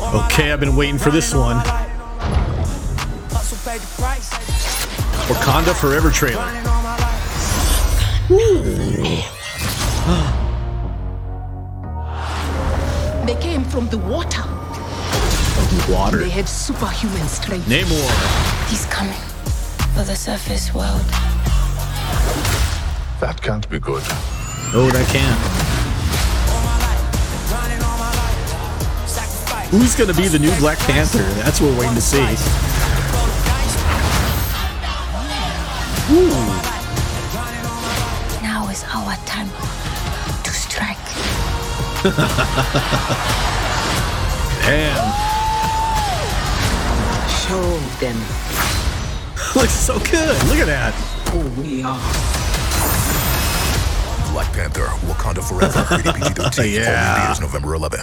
Okay, I've been waiting for this one. Wakanda Forever trailer. They came from the water. Water. They had superhuman strength. Namor. He's coming for the surface world. That can't be good. Oh, that can. Who's gonna be the new Black Panther? That's what we're waiting to see. Now is our time to strike. Damn. Show them Looks so good. Look at that. who we are. Black Panther, Wakanda Forever, rated PG-13, Yeah. all new theaters November 11.